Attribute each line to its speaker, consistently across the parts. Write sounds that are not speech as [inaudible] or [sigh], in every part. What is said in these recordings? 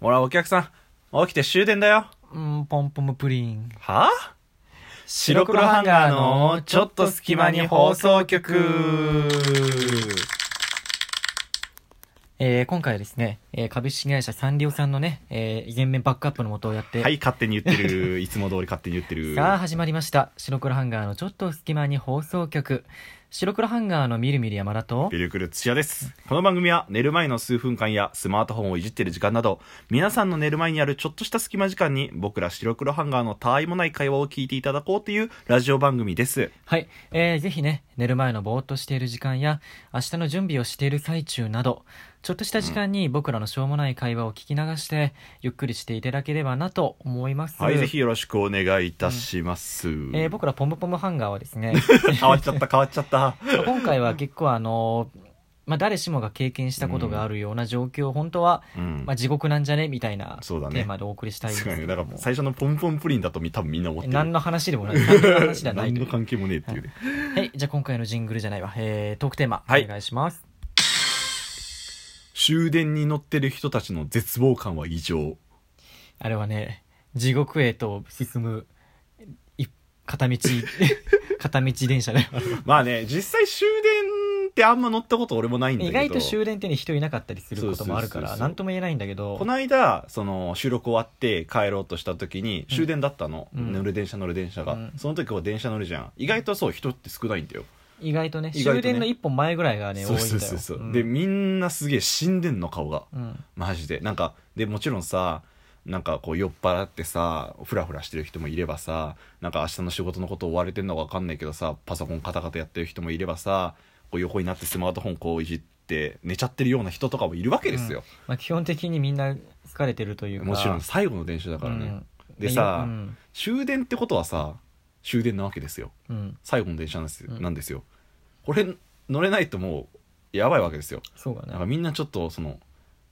Speaker 1: ほら、お客さん、起きて終電だよ。
Speaker 2: うん、ポンポムプリン。
Speaker 1: はあ白黒ハンガーのちょっと隙間に放送局
Speaker 2: えー、今回はですね、えー、株式会社サンリオさんのね、えー、全面バックアップのもとをやって、
Speaker 1: はい、勝手に言って [laughs] る。いつも通り勝手に言ってる。
Speaker 2: さあ始まりました。白黒ハンガーのちょっと隙間に放送局。白黒ハンガーのみるみる山田と
Speaker 1: ビ、ルクル土屋です。この番組は寝る前の数分間やスマートフォンをいじってる時間など、皆さんの寝る前にあるちょっとした隙間時間に僕ら白黒ハンガーのたわいもない会話を聞いていただこうっていうラジオ番組です。
Speaker 2: はい、えー、ぜひね、寝る前のぼーっとしている時間や、明日の準備をしている最中など、ちょっとした時間に僕らのしょうもない会話を聞き流して、ゆっくりしていただければなと思います。
Speaker 1: はい、ぜひよろしくお願いいたします。
Speaker 2: えー、僕らポムポムハンガーはです
Speaker 1: [laughs]
Speaker 2: ね、
Speaker 1: 変わっちゃった、変わっちゃ [laughs] った。
Speaker 2: まあ今回は結構あのーまあ、誰しもが経験したことがあるような状況、本当は、
Speaker 1: うん
Speaker 2: まあ、。地獄なんじゃねみたいなテ
Speaker 1: そうだね
Speaker 2: ーマでお送りしたいんです
Speaker 1: す
Speaker 2: け
Speaker 1: ごい
Speaker 2: ど
Speaker 1: ね
Speaker 2: も
Speaker 1: だから最初のポンポンプリンだとみ多分みんな思ってる。
Speaker 2: 何の話でもない何の話ではない
Speaker 1: 何
Speaker 2: とい
Speaker 1: の
Speaker 2: う
Speaker 1: 関係もねえっていうね。
Speaker 2: はいじゃあ今回のジングルじゃないわ、えー、トークテーマ、
Speaker 1: はい
Speaker 2: お願いします
Speaker 1: 終電に乗ってる人たちの絶望感は異常。
Speaker 2: あれはね地獄へと進むい
Speaker 1: [laughs]
Speaker 2: 片道片道電車だよ
Speaker 1: まあね、実際終電ってあんま乗ったこと俺もないんだけ
Speaker 2: 意
Speaker 1: ど。
Speaker 2: 外と終電ってね人いなかったりすることもあるか
Speaker 1: そうそうそう
Speaker 2: ら
Speaker 1: そう
Speaker 2: 何とも言えないんだけど
Speaker 1: この間その収録終わって帰ろうとした時に終電だったの、
Speaker 2: うん
Speaker 1: 乗る電車乗る電車が、
Speaker 2: うん
Speaker 1: その時は電車乗るじゃん意外とそう人って少ないんだよ、
Speaker 2: 意外とね
Speaker 1: 意外とね
Speaker 2: 終電の一本前ぐらいがね多い
Speaker 1: そ
Speaker 2: ん
Speaker 1: う
Speaker 2: だよ
Speaker 1: そうそうそう、
Speaker 2: ん
Speaker 1: でみんなすげえ死んでんの顔が
Speaker 2: うん
Speaker 1: マジでなんかでもちろんさなんかこう酔っ払ってさフラフラしてる人もいればさなんか明日の仕事のことを追われてんのか分かんないけどさパソコンカタカタやってる人もいればさこう横になってスマートフォンこういじって寝ちゃってるような人とかもいるわけですよ、
Speaker 2: まあ、基本的にみんな疲れてるというか
Speaker 1: もちろん最後の電車だからね、
Speaker 2: うん
Speaker 1: でさ
Speaker 2: うん
Speaker 1: 終電ってことはさ終電なわけですよ
Speaker 2: うん
Speaker 1: 最後の電車なんです,、
Speaker 2: うん
Speaker 1: なんですよこれ乗れないともうやばいわけですよ
Speaker 2: そう
Speaker 1: なん
Speaker 2: だ
Speaker 1: か
Speaker 2: ね
Speaker 1: みんなちょっとその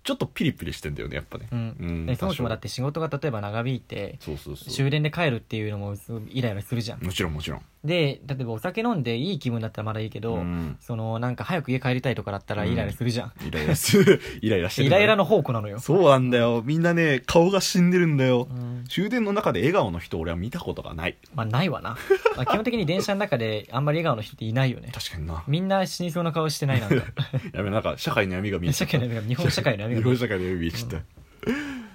Speaker 1: ちょっとピリピリしてんだよねやっぱね
Speaker 2: うん
Speaker 1: う
Speaker 2: でそもそもだってて仕事が例えば長引いて
Speaker 1: そうそうそ
Speaker 2: 終
Speaker 1: う
Speaker 2: 電で帰るっていうのもすごいイライラするじゃん
Speaker 1: もちろんもちろん
Speaker 2: で例えばお酒飲んでいい気分だったらまだいいけど、
Speaker 1: うん
Speaker 2: そのなんか早く家帰りたいとかだったらイライラするじゃん、
Speaker 1: イライラ
Speaker 2: [laughs]
Speaker 1: するイライラしてる
Speaker 2: イ
Speaker 1: んだ
Speaker 2: ラ
Speaker 1: ね
Speaker 2: イラの宝庫なのよ、
Speaker 1: そうなんだよみんなね顔が死んでるんだよ、
Speaker 2: うん
Speaker 1: 終電の中で笑顔の人俺は見たことがない
Speaker 2: まあないわな、まあ、基本的に電車の中であんまり笑顔の人っていないよね
Speaker 1: 確かにな
Speaker 2: みんな死にそうな顔してないなんか
Speaker 1: やべなんか社会の闇が [laughs] 見え
Speaker 2: [laughs] 社会の闇が日本社会の闇が
Speaker 1: 日本社会の闇見えちゃった、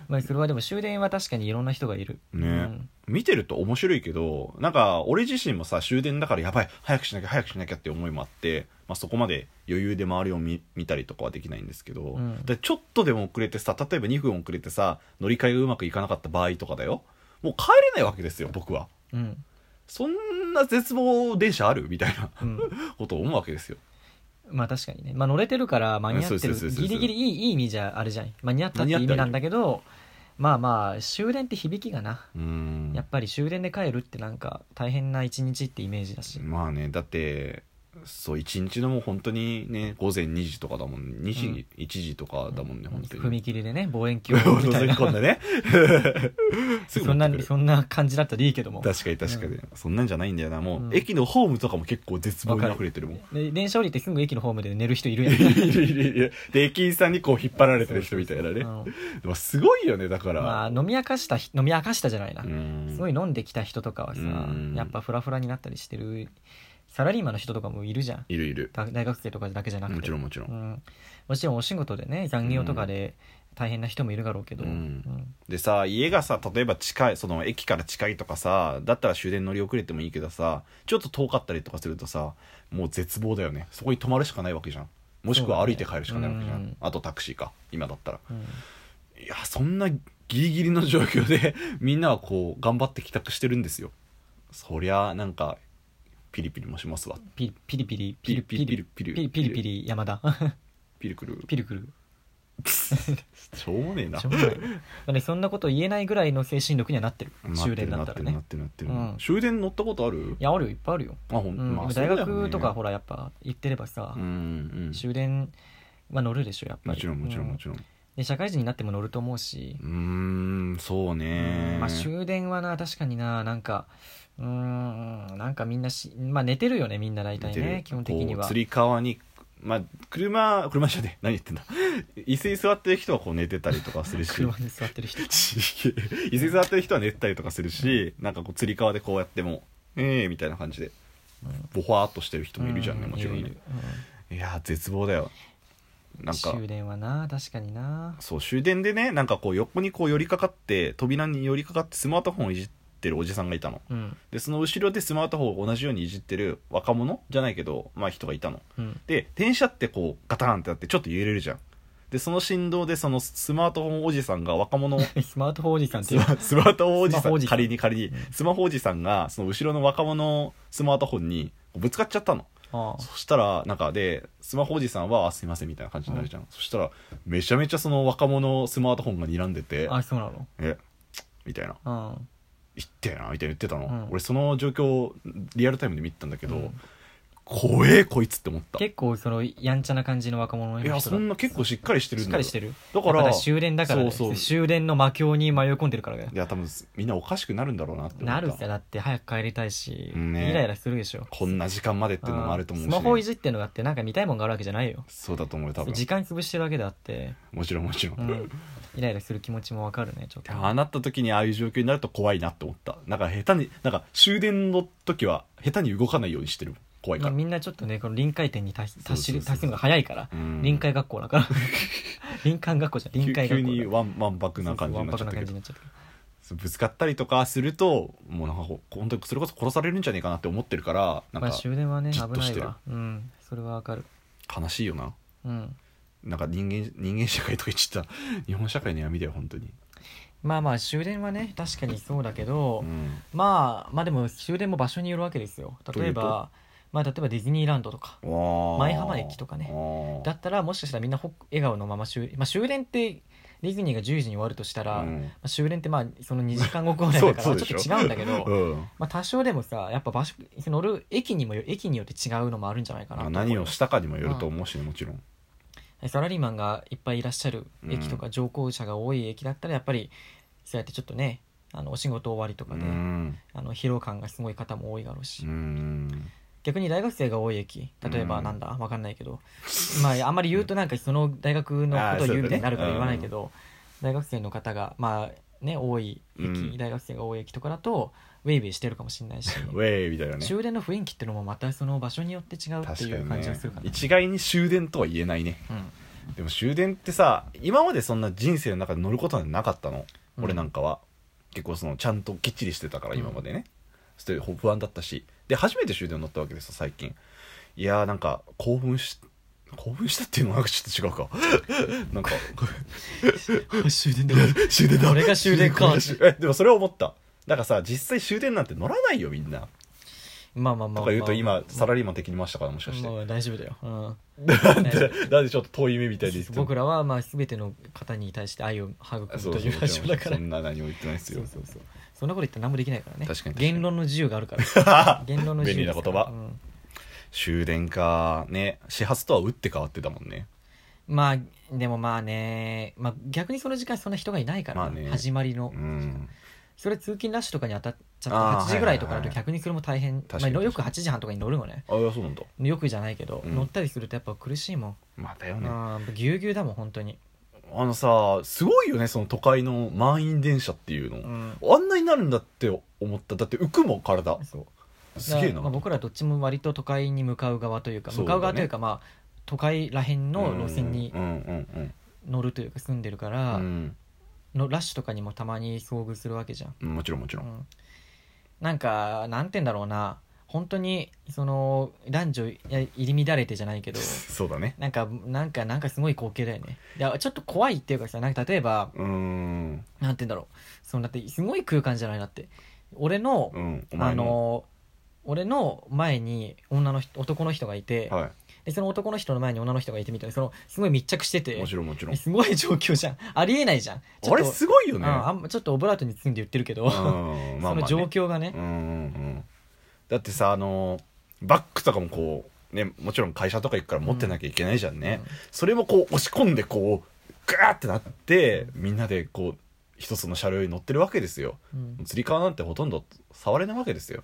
Speaker 2: まあ、それはでも終電は確かにいろんな人がいる
Speaker 1: ね、
Speaker 2: うん
Speaker 1: 見てると面白いけどなんか俺自身もさ終電だからやばい早くしなきゃ早くしなきゃって思いもあって、まあ、そこまで余裕で周りを見見たりとかはできないんですけど、
Speaker 2: ん
Speaker 1: でちょっとでも遅れてさ例えば2分遅れてさ乗り換えがうまくいかなかった場合とかだよもう帰れないわけですよ僕は
Speaker 2: うん
Speaker 1: そんな絶望電車あるみたいな [laughs]
Speaker 2: うん [laughs]
Speaker 1: ことを思うわけですよ
Speaker 2: まあ確かにね、まあ、乗れてるから間に合って
Speaker 1: そう
Speaker 2: る
Speaker 1: そうそうそうそう
Speaker 2: ギリギリいいいい意味じゃあるじゃん間に合ったって
Speaker 1: 間に合
Speaker 2: 意
Speaker 1: った
Speaker 2: 味なんだけどまあまあ終電って響きがな
Speaker 1: うーん
Speaker 2: やっぱり終電で帰るってなんか大変な一日ってイメージだし、
Speaker 1: まあねだってそう一日のもう本当にね午前2時とかだもん2時、
Speaker 2: うん
Speaker 1: 1時とかだもんね、本当に
Speaker 2: 踏切でね望遠
Speaker 1: [laughs] 今日
Speaker 2: 鏡
Speaker 1: も
Speaker 2: をみた
Speaker 1: 覗き
Speaker 2: いな
Speaker 1: 込んだねすぐ持
Speaker 2: そん
Speaker 1: っ
Speaker 2: な
Speaker 1: てくる
Speaker 2: そんな感じだったらいいけども
Speaker 1: 確かに確かに、そんなんじゃないんだよなもう、
Speaker 2: うん
Speaker 1: 駅のホームとかも結構絶望に溢れてるもん
Speaker 2: で電車降りてすぐ駅のホームで寝る人いるや
Speaker 1: [laughs]
Speaker 2: ん
Speaker 1: いやいやいやで駅員さんにこう引っ張られてる人みたいなね
Speaker 2: うん
Speaker 1: でもすごいよねだから、
Speaker 2: まあ飲み明かした飲み明かしたじゃないな、
Speaker 1: うん
Speaker 2: すごい飲んできた人とかはさ、
Speaker 1: うん
Speaker 2: やっぱフラフラになったりしてるサラリーマンの人とかもいるじゃん
Speaker 1: いるいる
Speaker 2: だ大学生とかだけじゃなくて
Speaker 1: もちろんもちろん
Speaker 2: うん、もちろんお仕事でね残業とかで大変な人もいるだろうけど、
Speaker 1: うん
Speaker 2: うん
Speaker 1: でさ家がさ例えば近いその駅から近いとかさだったら終電乗り遅れてもいいけどさちょっと遠かったりとかするとさもう絶望だよねそこに泊まるしかないわけじゃんもしくは歩いて帰るしかないわけじゃん、
Speaker 2: そうだね
Speaker 1: あとタクシーか今だったら
Speaker 2: うん
Speaker 1: いやそんなギリギリの状況で [laughs] みんなはこう頑張って帰宅してるんですよそりゃなんかピリピリもしますわ
Speaker 2: ピピリピリピリピ
Speaker 1: ピ
Speaker 2: リピ
Speaker 1: リピリピ
Speaker 2: リピリピ
Speaker 1: リ
Speaker 2: リピリ山田 [laughs]
Speaker 1: ピリくる
Speaker 2: ピリくる
Speaker 1: しょうもねえな
Speaker 2: しょうがないなのでそんなこと言えないぐらいの精神力にはなってる終電だったら
Speaker 1: な
Speaker 2: ね
Speaker 1: ってるなってる
Speaker 2: う
Speaker 1: なってる
Speaker 2: ん
Speaker 1: 終電乗ったことある
Speaker 2: いやあるよいっぱいあるよ、
Speaker 1: あほ
Speaker 2: うんん
Speaker 1: まあ
Speaker 2: 大学とか
Speaker 1: ほ
Speaker 2: ほらやっぱ行ってればさ、
Speaker 1: うんうん
Speaker 2: 終電は乗るでしょやっぱ
Speaker 1: も
Speaker 2: り
Speaker 1: ちろんもちろん
Speaker 2: う
Speaker 1: もちろん
Speaker 2: で社会人になっても乗ると思うし、
Speaker 1: うーんそうね
Speaker 2: うんまあ、終電はな確かにななんかうーんなんかみんなし、まあ、寝てるよねみんな大体
Speaker 1: 見て
Speaker 2: ね
Speaker 1: る
Speaker 2: 基本的に
Speaker 1: こ
Speaker 2: は
Speaker 1: うつり革にまあ、車車じゃねえ何言ってんだ椅子に座ってる人はこう寝てたりとかするし
Speaker 2: [laughs] 車に座ってる人
Speaker 1: ちげ [laughs] え椅子に座ってる人は寝てたりとかするしなんかこうつり革でこうやってもええみたいな感じでボファーっとしてる人もいるじゃんね、
Speaker 2: う
Speaker 1: もちろんね
Speaker 2: いるいる
Speaker 1: いやー絶望だよ
Speaker 2: う
Speaker 1: なんんか
Speaker 2: 終電はな確かにな
Speaker 1: そう終電でねなんかこう横にこう寄りかかって扉に寄りかかってスマートフォンをいじってるおじさんがいたの
Speaker 2: うん
Speaker 1: でその後ろでスマートフォンを同じようにいじってる若者じゃないけどまあ人がいたの
Speaker 2: うん
Speaker 1: で電車ってこうガタンってなってちょっと揺れるじゃんでその振動でそのスマートフォンおじさんが若者を
Speaker 2: スマートフォンおじさんって
Speaker 1: ス
Speaker 2: いう
Speaker 1: マスマートフォンおじ
Speaker 2: スマ
Speaker 1: さ
Speaker 2: ホお
Speaker 1: ん
Speaker 2: じさん
Speaker 1: 仮に仮にスマホおじさんがその後ろの若者スマートフォンにぶつかっちゃったの
Speaker 2: あ
Speaker 1: そしたらなんかでスマホおじさんは「あすいません」みたいな感じになるじゃん、そしたらめちゃめちゃその若者スマートフォンが睨んでて
Speaker 2: ああそうなの
Speaker 1: 「えみたいな
Speaker 2: うん
Speaker 1: 「言ってえな」みたいな言ってたの、
Speaker 2: うん
Speaker 1: 俺その状況をリアルタイムで見てたんだけど、
Speaker 2: うん
Speaker 1: 怖えこいつって思ったい
Speaker 2: 結構そのやんちゃな感じの若者の人だ
Speaker 1: やそんな結構しっかりしてる
Speaker 2: しっ
Speaker 1: んだ
Speaker 2: か
Speaker 1: よ
Speaker 2: りしてる
Speaker 1: だから
Speaker 2: 終電だからね
Speaker 1: そうそう
Speaker 2: 終電の魔境に迷い込んでるからだよ
Speaker 1: いや多分みんなおかしくなるんだろうなって思った
Speaker 2: なるさだって早く帰りたいし、
Speaker 1: ね
Speaker 2: イライラするでしょ
Speaker 1: こんな時間までっていうのもあると思うし、
Speaker 2: スマホいじってんのがあってなんか見たいもんがあるわけじゃないよ
Speaker 1: そうだと思うよ多分
Speaker 2: 時間潰してるわけであって、
Speaker 1: もちろんもちろん、
Speaker 2: う
Speaker 1: で [laughs]
Speaker 2: ん、イライラする気持ちもわかるねちょっと
Speaker 1: ああなった時にああいう状況になると怖いなって思ったなんか下手になんか終電の時は下手に動かないようにしてる怖いから、
Speaker 2: みんなちょっとねこの臨界点に達し
Speaker 1: そうそ
Speaker 2: 達
Speaker 1: う
Speaker 2: す
Speaker 1: そう
Speaker 2: る達するのが早いから、
Speaker 1: うん
Speaker 2: 臨海学校だから
Speaker 1: [laughs]
Speaker 2: 臨海学校じゃん臨
Speaker 1: 急
Speaker 2: 海
Speaker 1: 急
Speaker 2: 学校
Speaker 1: に
Speaker 2: だ
Speaker 1: わんわんぱくな感じ
Speaker 2: わ
Speaker 1: に
Speaker 2: ん
Speaker 1: な
Speaker 2: ぱ
Speaker 1: っちゃ
Speaker 2: く
Speaker 1: っ
Speaker 2: な
Speaker 1: たけ
Speaker 2: 感じ
Speaker 1: ど
Speaker 2: になっちゃったけど
Speaker 1: そうぶつかったりとかするともうなんかほ本当にそれこそ殺されるんじゃねえかなって思ってるからなん
Speaker 2: まあ
Speaker 1: か
Speaker 2: 終電はね
Speaker 1: じ
Speaker 2: 危
Speaker 1: っと
Speaker 2: な
Speaker 1: し
Speaker 2: い
Speaker 1: てる
Speaker 2: わうんそれはわかる
Speaker 1: 悲しいよな
Speaker 2: うん
Speaker 1: なんか人間人間社会とか言っちゃった日本社会の闇だよ本当に、
Speaker 2: まあまあ終電はね確かにそうだけど、
Speaker 1: うん、
Speaker 2: まあまあでも終電も場所によるわけですよ例え
Speaker 1: どういう
Speaker 2: ばまあ例えばディズニーランドとか舞
Speaker 1: 舞
Speaker 2: 浜駅とかねだ
Speaker 1: だ
Speaker 2: ったらもしかしたらみんなほっ笑顔のまま終,、まあ、終電ってディズニーが10時に終わるとしたら、まあ終電ってまあその2時間後ぐらいだか
Speaker 1: そう
Speaker 2: ら
Speaker 1: そうで
Speaker 2: ち
Speaker 1: し
Speaker 2: ょ
Speaker 1: ょ
Speaker 2: っと違うんだけど、
Speaker 1: うん、
Speaker 2: まあ、多少でもさやっぱ場所その乗る駅にもよ駅によって違うのもあるんじゃないかなと
Speaker 1: あ
Speaker 2: 思う
Speaker 1: 何をしたかにもよると思うしねもちろん
Speaker 2: サラリーマンがいっぱいいらっしゃる駅とか乗降者が多い駅だったらやっぱりそうやってちょっとねあのお仕事終わりと
Speaker 1: う
Speaker 2: かで、
Speaker 1: ん
Speaker 2: あの疲労感がすごい方も多いだろうし
Speaker 1: う、ん
Speaker 2: 逆に大学生が多い駅例えば
Speaker 1: うん
Speaker 2: なんだ、わかんないけどまああんまり言うとなんかその大学のことを言うみたいになるから
Speaker 1: あーそうだね
Speaker 2: 言わないけど、大学生の方がまあね多い駅、
Speaker 1: うん
Speaker 2: 大学生が多い駅とかだとウェイウェイしてるかもしれないし
Speaker 1: ウェイみたいなね
Speaker 2: 終電の雰囲気ってのもまたその場所によって違うって
Speaker 1: 確
Speaker 2: い
Speaker 1: か
Speaker 2: う
Speaker 1: に
Speaker 2: 感
Speaker 1: ね
Speaker 2: じがするから、
Speaker 1: 一概に終電とは言えないね
Speaker 2: うん
Speaker 1: でも終電ってさ今までそんな人生の中で乗ることはなかったの、
Speaker 2: うん
Speaker 1: 俺なんかは結構そのちゃんときっちりしてたから今までね、そして不安だったしで初めて終電乗ったわけですよ最近いやーなんか興奮し興奮したっていうのはなんか [laughs] ちょっと違うかなんか
Speaker 2: あ [laughs] 終電だ
Speaker 1: 終電だ
Speaker 2: 俺が終電か
Speaker 1: 終 [laughs] 電えでもそれを思っただからさ実際終電なんて乗らないよみんな
Speaker 2: まあまあまあ、まあ、
Speaker 1: とか言うと今サラリーマン的にいましたからもしかして
Speaker 2: もう大丈夫だよ、うん、
Speaker 1: [laughs] なんで [laughs] なんでちょっと遠い目みたいで言ってんの
Speaker 2: [laughs] 僕らはまあ全ての方に対して愛を育む
Speaker 1: そう
Speaker 2: と
Speaker 1: そ
Speaker 2: いううラジオだから
Speaker 1: そんな何も言ってないですよ
Speaker 2: そうそうそうそんなこと言ったら何もできないからね
Speaker 1: 確かに確かに
Speaker 2: 言論の自由があるから
Speaker 1: [laughs]
Speaker 2: 言論の自由
Speaker 1: 便利な言葉
Speaker 2: うん
Speaker 1: 終電かね始発とは打って変わってたもんね
Speaker 2: まあでもまあね、まあ、逆にその時間そんな人がいないから、
Speaker 1: まあね
Speaker 2: 始まりの、
Speaker 1: うん
Speaker 2: それ通勤ラッシュとかに当たっちゃ
Speaker 1: あ
Speaker 2: っ
Speaker 1: ー
Speaker 2: て8時ぐらいとかだ
Speaker 1: はいはい
Speaker 2: と
Speaker 1: はい
Speaker 2: 逆にそれも大変、
Speaker 1: 確かに
Speaker 2: まあ、よく8時半とかに乗るのね
Speaker 1: あいやそうなんだ
Speaker 2: よくじゃないけど、
Speaker 1: うん
Speaker 2: 乗ったりするとやっぱ苦しいもん、
Speaker 1: まあだよ
Speaker 2: あ
Speaker 1: ね
Speaker 2: ーぎゅうぎゅうだもん本当に、
Speaker 1: あのさすごいよねその都会の満員電車っていう
Speaker 2: う
Speaker 1: の
Speaker 2: ん、
Speaker 1: あんなになるんだって思っただって浮くもん体
Speaker 2: そう
Speaker 1: すげえ
Speaker 2: だから
Speaker 1: な
Speaker 2: まあ、僕らどっちも割と都会に向かう側というか
Speaker 1: そうだね
Speaker 2: 向かう側というかまあ都会らへんの路線に
Speaker 1: うんうんうん
Speaker 2: 乗るというか住んでるか
Speaker 1: う
Speaker 2: ら、
Speaker 1: ん
Speaker 2: のラッシュとかにもたまに遭遇するわけじゃん、
Speaker 1: うんもちろんもちろ
Speaker 2: うんん、なんかなんて言うんだろうな本当にその男女いや入り乱れてじゃないけ
Speaker 1: [laughs]
Speaker 2: ど
Speaker 1: そうだね
Speaker 2: なんかなんかなんかすごい光景だよねいやちょっと怖いっていうかさなんか例えば
Speaker 1: うん
Speaker 2: なんて言うんだろうそのだってすごい空間じゃないだって俺の、
Speaker 1: うんお
Speaker 2: あ
Speaker 1: 前の
Speaker 2: の俺の前に女の人男の人がいて、
Speaker 1: は
Speaker 2: でその男の人の前に女の人がいてみたいなそのすごい密着して
Speaker 1: い
Speaker 2: て
Speaker 1: もちろんもちろん
Speaker 2: すごい状況じゃんありえないじゃんちょ
Speaker 1: あ
Speaker 2: っと
Speaker 1: れすごいよ
Speaker 2: うん
Speaker 1: ね
Speaker 2: あんまちょっとオブラートに包んで言ってるけど、
Speaker 1: うんまあまあ
Speaker 2: そ
Speaker 1: ね
Speaker 2: の状況がね
Speaker 1: うんうんうんだってさあのバッグとかもこうねもちろん会社とか行くから持ってなきゃいけないじゃんね、
Speaker 2: うん
Speaker 1: それもこう押し込んでこうガーってなってみんなでこう一つの車両に乗ってるわけですよ
Speaker 2: うん
Speaker 1: つり革なんてほとんど触れないわけですよ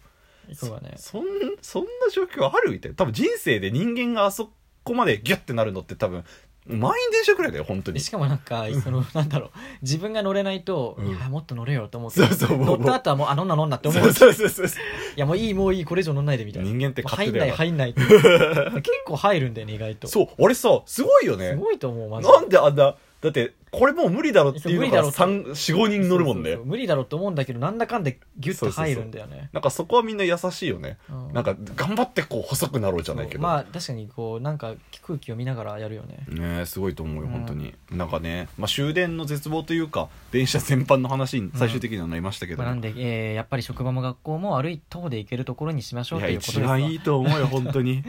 Speaker 2: そうだね
Speaker 1: そんそんな状況あるみたいな多分人生で人間があそこまでギュッてなるのって多分満員電車ぐらいだよ本当に
Speaker 2: しかもなんかそのなんだろう自分が乗れないと、
Speaker 1: うん
Speaker 2: いやもっと乗れよと思って
Speaker 1: そうそうも
Speaker 2: 乗
Speaker 1: う
Speaker 2: った後はもうあ乗んな乗んなって思う
Speaker 1: そうそうそうそう
Speaker 2: いやもういいもういいこれ以上乗んないでみたいな
Speaker 1: 人間って
Speaker 2: もう
Speaker 1: 勝
Speaker 2: 入
Speaker 1: 手
Speaker 2: ん
Speaker 1: だ
Speaker 2: な
Speaker 1: よ
Speaker 2: い
Speaker 1: な
Speaker 2: 入んないって
Speaker 1: [laughs]
Speaker 2: 結構入るんだよね意外とす
Speaker 1: そう俺さすごいよね
Speaker 2: ごいと思うマジで
Speaker 1: なんであんなだってこれもう無理だろっていうの
Speaker 2: そう無理だ
Speaker 1: が
Speaker 2: ろって
Speaker 1: 345人乗るもん
Speaker 2: そう
Speaker 1: ね
Speaker 2: そうそう無理だろうと思うんだけどなんだかんでギュッと入るんだよね
Speaker 1: なんかそこはみんな優しいよね
Speaker 2: うん
Speaker 1: なんか頑張ってこう細くなろうじゃないけど、
Speaker 2: まあ確かにこうなんか空気を見ながらやるよね
Speaker 1: ねえすごいと思うよ
Speaker 2: うん
Speaker 1: 本当に、なんかね、まあ、終電の絶望というか電車全般の話に最終的にはなりましたけど、
Speaker 2: まあなんで、えーやっぱり職場も学校も歩い徒歩で行けるところにしましょう
Speaker 1: い
Speaker 2: と
Speaker 1: や
Speaker 2: いうこと
Speaker 1: 一
Speaker 2: ですわ
Speaker 1: 番いいと思うよ本当
Speaker 2: [laughs]
Speaker 1: に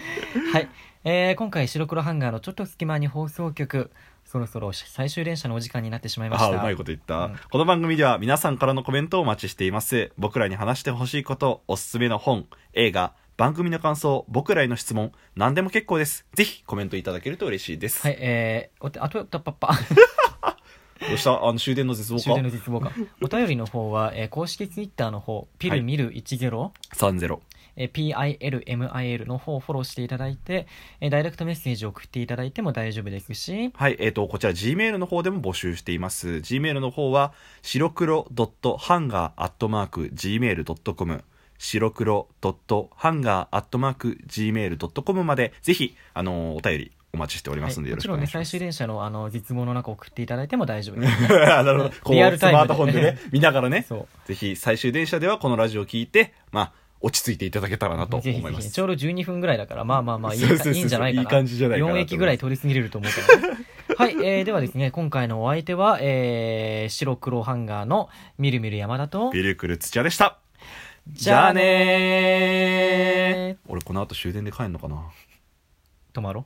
Speaker 2: はい、えー今回白黒ハンガーのちょっと隙間に放送局そろそろ最終電車のお時間になってしまいまし
Speaker 1: あ
Speaker 2: た
Speaker 1: あうまいこと言った、
Speaker 2: うん
Speaker 1: この番組では皆さんからのコメントをお待ちしています僕らに話してほしいことおすすめの本映画番組の感想僕らへの質問何でも結構ですぜひコメントいただけると嬉しいです、
Speaker 2: はいえーおてあとパッパ
Speaker 1: どうしたあの終電の絶望
Speaker 2: 終
Speaker 1: か
Speaker 2: 電の絶望かお便りの方は、えー公式ツイッターの方ピ
Speaker 1: はい
Speaker 2: ルミル10、
Speaker 1: 30
Speaker 2: えー PILMIL の方をフォローしていただいて、えーダイレクトメッセージを送っていただいても大丈夫ですし
Speaker 1: はい、えっ、と、こちら Gmail の方でも募集しています。Gmail の方は、白黒 .hanger.gmail.com 白黒 .hanger.gmail.com まで、ぜひ、あのーお便りお待ちしておりますので、
Speaker 2: は
Speaker 1: よ
Speaker 2: い
Speaker 1: ろしく
Speaker 2: もち
Speaker 1: お
Speaker 2: ろ
Speaker 1: 願い
Speaker 2: んね
Speaker 1: しま
Speaker 2: 最
Speaker 1: す。
Speaker 2: 終電車のあの絶望の中送っていただいても大丈夫で
Speaker 1: [laughs]
Speaker 2: す
Speaker 1: なるほど。こう、
Speaker 2: リアル
Speaker 1: ス
Speaker 2: タイムで
Speaker 1: マートフォンでね、
Speaker 2: [laughs]
Speaker 1: 見ながらね、
Speaker 2: そ
Speaker 1: ぜひ、最終電車ではこのラジオを聞いて、まあ、落ち着いていただけたらなと
Speaker 2: う
Speaker 1: 思
Speaker 2: ぜひぜ
Speaker 1: いま
Speaker 2: ひ
Speaker 1: す。
Speaker 2: ちょうど12分ぐらいだからまあまあまあいい
Speaker 1: そうそうそう
Speaker 2: いいんじゃないかない
Speaker 1: い感じじゃないかなと思
Speaker 2: 4
Speaker 1: います
Speaker 2: 駅ぐらい通り過ぎれると思うからねはい、えー、ではですね今回のお相手は、えー、白黒ハンガーのみるみる山田と
Speaker 1: ビルクル土屋でした。
Speaker 2: じゃあね
Speaker 1: ね
Speaker 2: ー
Speaker 1: 俺、この後終電で帰るのかな
Speaker 2: 止まろう